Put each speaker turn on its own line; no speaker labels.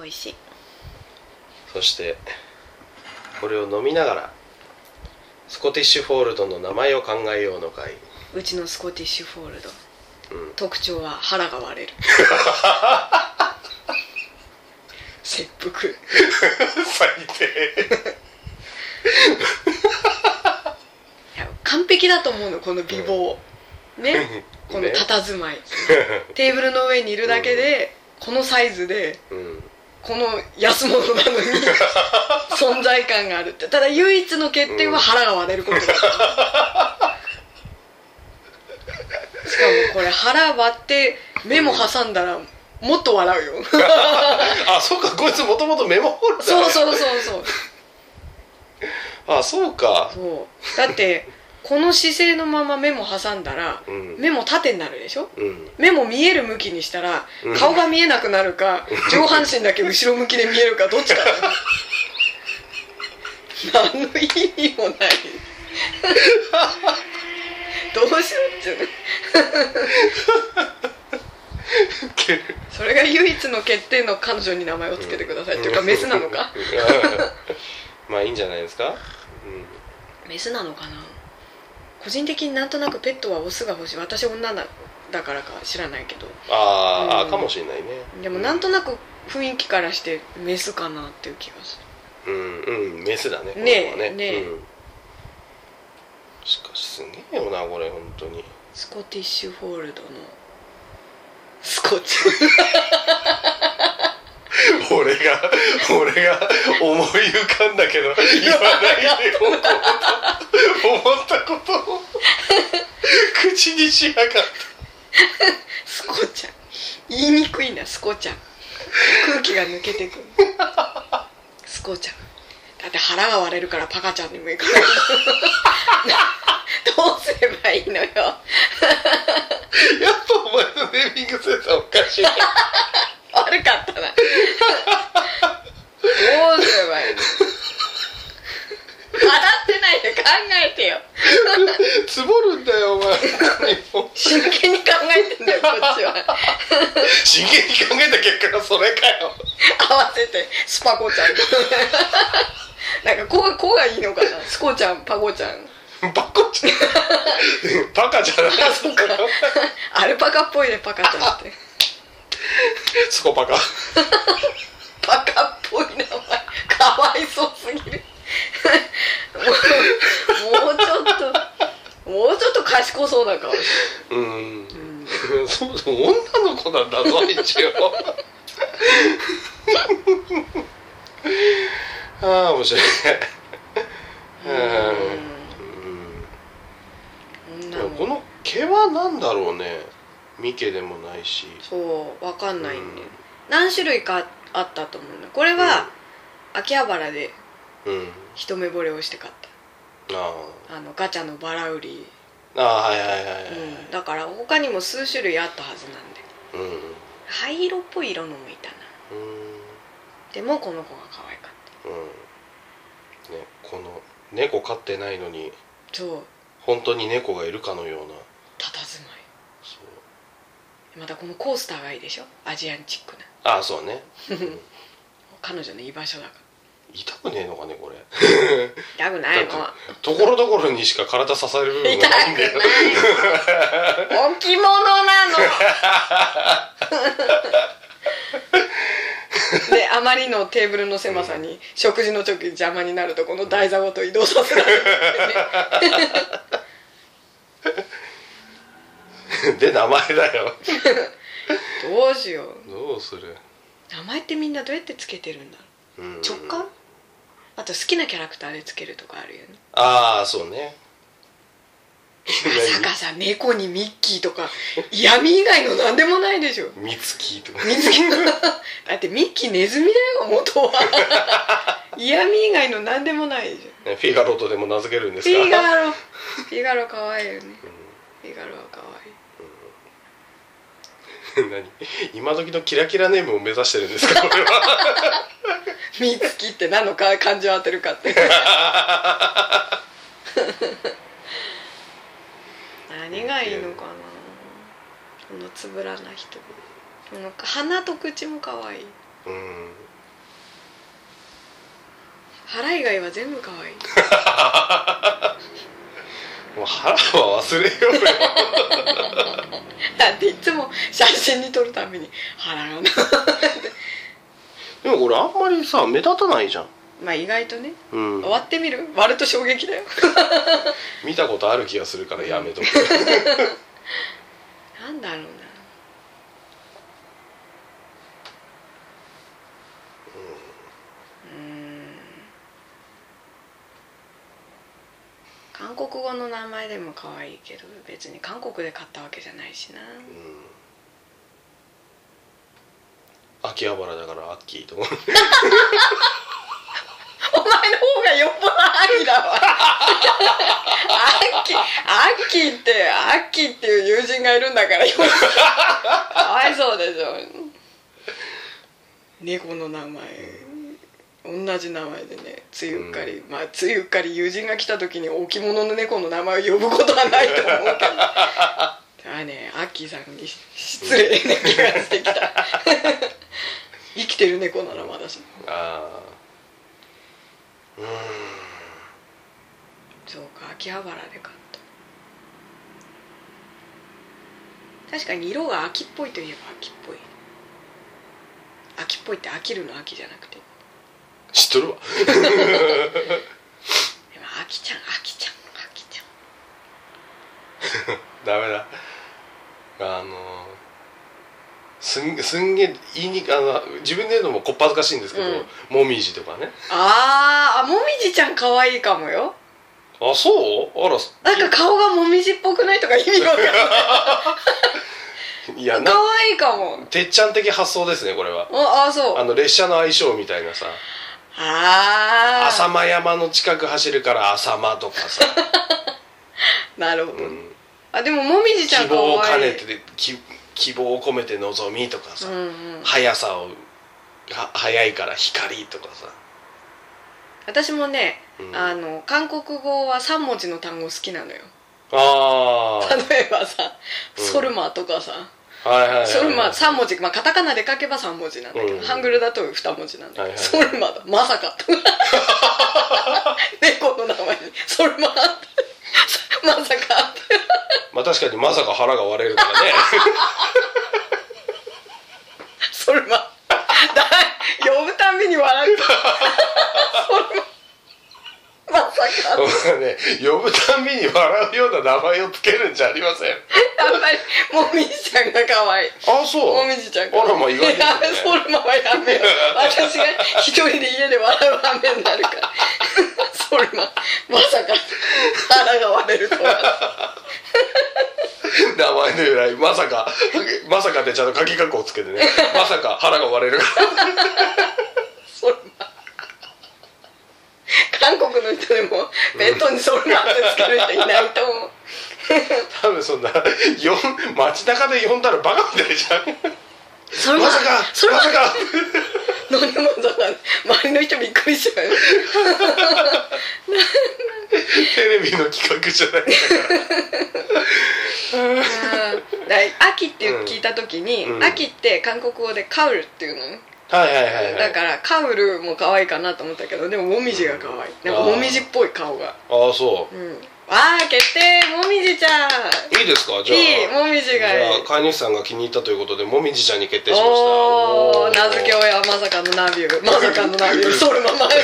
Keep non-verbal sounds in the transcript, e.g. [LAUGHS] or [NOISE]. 美味しい
そしてこれを飲みながらスコティッシュフォールドの名前を考えようの会
うちのスコティッシュフォールド、
うん
特徴は腹が割れる [LAUGHS] 切腹
最低
いや完璧だと思うのこの美貌、 [LAUGHS] ねこの佇 [LAUGHS] まい、テーブルの上にいるだけで、このサイズで
うん
この安物な
[LAUGHS]
のに存在感があるってただ唯一の欠点は腹が割れる
[LAUGHS]
ことだ、しかもこれ腹割って目も挟んだらもっと笑うよ
あそうかこいつもともとメモホルダー
そうそうそうそう
[LAUGHS] あそうか
そうだってこの姿勢のまま目も挟んだら
うん
目も縦になるでしょ
うん
目も見える向きにしたら
うん
顔が見えなくなるか上半身だけ後ろ向きで見えるかどっちかだよ何の意味もないどうしようっちゅうの
ける
それが唯一の欠点の彼女に名前をつけてくださいっていうかメスなのか
うんまあいいんじゃないですかうん
メスなのかな個人的になんとなくペットはオスが欲しい私女だだからか知らないけど
あー、
うん
あかもしれないね
でもなんとなく雰囲気からしてメスかなっていう気がす
うんうんメスだね
ねえ
この子は
ねえ
うんしかしすげえよなこれ本当に
るスコティッシュフォールドのス [LAUGHS] コチ
俺が俺が思い浮かんだけど言わないでおこうと思ったことを口にしやがっ
スコちゃん言いにくいなスコちゃん空気が抜けてくるスコちゃんだって腹が割れるからパカちゃんにもいかない [LAUGHS] どうすればいいのよ
たやっぱお前のネーミングセンスはおかしいな
悪かったなどうすればいいの笑ってないで考えてよ
つぼるんだよお前もう
真剣に考えてんだよこっちは
真剣に考えた結果がそれかよ
合わせてスパコち [LAUGHS] ゃんなんかこがこがいいのかなスコちゃんパコちゃん
バカじゃないバカじゃないそこ
アルパカっぽいねパカちゃんって
そこバカ
パカっぽい名前かわいそうすぎるもうもうちょっともうちょっと賢そうな顔して
うんそうそう女の子なんだぞ一応 [LAUGHS] ああ面白い
うん
うん
女の
この毛は何だろうねミケでもないし
そうわかんないんで、
うん
何種類かあったと思うんだこれは、秋葉原で
うん
一目惚れをして買っ
あ
たあのガチャのバラ売り、
あああはいはいはいはい
うん、だから他にも数種類あったはずなんで
うんうん
灰色っぽい色のもいたなでもこの子が可愛かっ
うんねこの猫飼ってないのに
たそう
本当に猫がいるかのような
佇ま
そう
いまたこのコースターがいいでしょアジアンチックな
ああそうね
彼女の居場所だか
痛くねえのかねこれ
ら痛くないの
だところどころにしか体支える部
痛
分
く
がないんだよ
ない置物なのであまりのテーブルの狭さに食事の時邪魔になるとこの台座ごと移動させられ [LAUGHS] る
で名前だよ
どうしよう
どうする、
名前ってみんなどうやってつけてるんだろ
うん
う直感あと好きなキャラクターでつけるとかあるよね
ああそうね
まさかさ猫にミッキーとか闇以外の何でもないでしょ
みつきとか
水
[LAUGHS]
着のだってミッキーネズミだよ元は嫌味以外の何でもないじゃ
ねフィガロとでも名付けるんで
ん
す
フ
か
ィガロフィガロ可愛いよねフィガロは可愛い
うん [LAUGHS] 何今時のキラキラネームを目指してる
[LAUGHS]
んですかこれは
ミツキって何のか漢字を当てるかって何がいいのかなこのつぶらな人この鼻と口も可愛い
うん
腹以外は全部可愛い
もう腹は忘れよ
[LAUGHS]
うよ
だっていつも写真に撮るために腹がな
でも俺あんまりさ目立たないじゃん
まあ意外とね
うん
割ってみる割ると衝撃だよ
見たことある気がするからやめとく
なんだろうなうん韓国語の名前でも可愛いけど別に韓国で買ったわけじゃないしな
秋葉原だからアッキーと思う
お前の方がよっぽど秋だわ秋秋って秋っていう友人がいるんだからよかわいそうでしょ猫の名前同じ名前でねつゆっかり、まあつゆっかり友人が来た時に置物の猫の名前を呼ぶことはないと思うけどあれねアッキーさんに失礼な気がしてきた生きてる猫ならまだしも
ああうーん
そうか秋葉原で買った確かに色が秋っぽいといえば秋っぽい秋っぽいって飽きるの秋じゃなくてで
知っとるわ
も秋ちゃん秋ちゃん秋ちゃん
ダメだあのすんすんげえ言いにあの自分で言うのもこっぱずかしいんですけど、
うん
もみじとかね
あーあもみじちゃん可愛いかもよ
あそうあら
なんか顔がもみじっぽくないとか意味わかんない
[LAUGHS] いやな
可愛いかも
てっちゃん的発想ですねこれは
ああそう
あの列車の相性みたいなさ
あ
浅
あ
間山の近く走るから浅間とか
[LAUGHS]
さ、
なるほ
う
ど、
ん、
あでももみじちゃ
希
ん可
望を兼
愛い
ねてき希望を込めて望みとかさ、
うんうん、
速さをは速いから光とかさ、
私もね、
うん
あの韓国語は3文字の単語好きなのよ
あー
例えばさ「
うん
ソルマ」とかさ
はいはいはい
「
はい
ソルマ」3文字まあカタカナで書けば3文字なんだけど
うん
ハングルだと2文字なんだ
はい
け
は
ど「
い
ソルマ」だ「まさか」とか
[LAUGHS]
猫の名前に「ソルマ」って「まさか」って
まあ確かにまさか腹が割れる [LAUGHS] からね
「ソルマ」だ呼ぶたんびに笑
[LAUGHS]
った「ソルマ」まさ
[LAUGHS]
かって
僕はね呼ぶたびに笑うような名前をつけるんじゃありません
やっぱりもみじちゃんが可愛い
あそう
もみじちゃん
あらまあ意外です
い
ね
やそれはやめよう私が一人で家で笑う羽目になるからそれはまさか腹が割れるとは
名前の由来まさかまさかってちゃんと鍵括弧をつけてねまさか腹が割れるから
それは韓国の人でも弁当にそれなんてつける人いないと思う
多分そんなよん街中で呼んだらバカみたいじゃん
それ
ま
は
さか
それ
ま
は
さか
何もだから周りの人びっくりしちゃう
テレビの企画じゃないんだから
[LAUGHS] うんだから秋って聞いた時に、
うん
秋って韓国語でカウルっていうのね
はいはいはい、はい、
だからカウルも可愛いかなと思ったけどでももみじが可愛いなん
あ
か
ー
もみじっぽい顔が
ああそ
うんあー決定もみじちゃん
ういいですかじゃあ
いいもみじ
じゃ
がいい
あ飼い主さんが気に入ったということでもみじちゃんに決定しました
お
お [LAUGHS]
お名付け親まさかのナビューまさかのナビューそれままよ [LAUGHS]
[LAUGHS]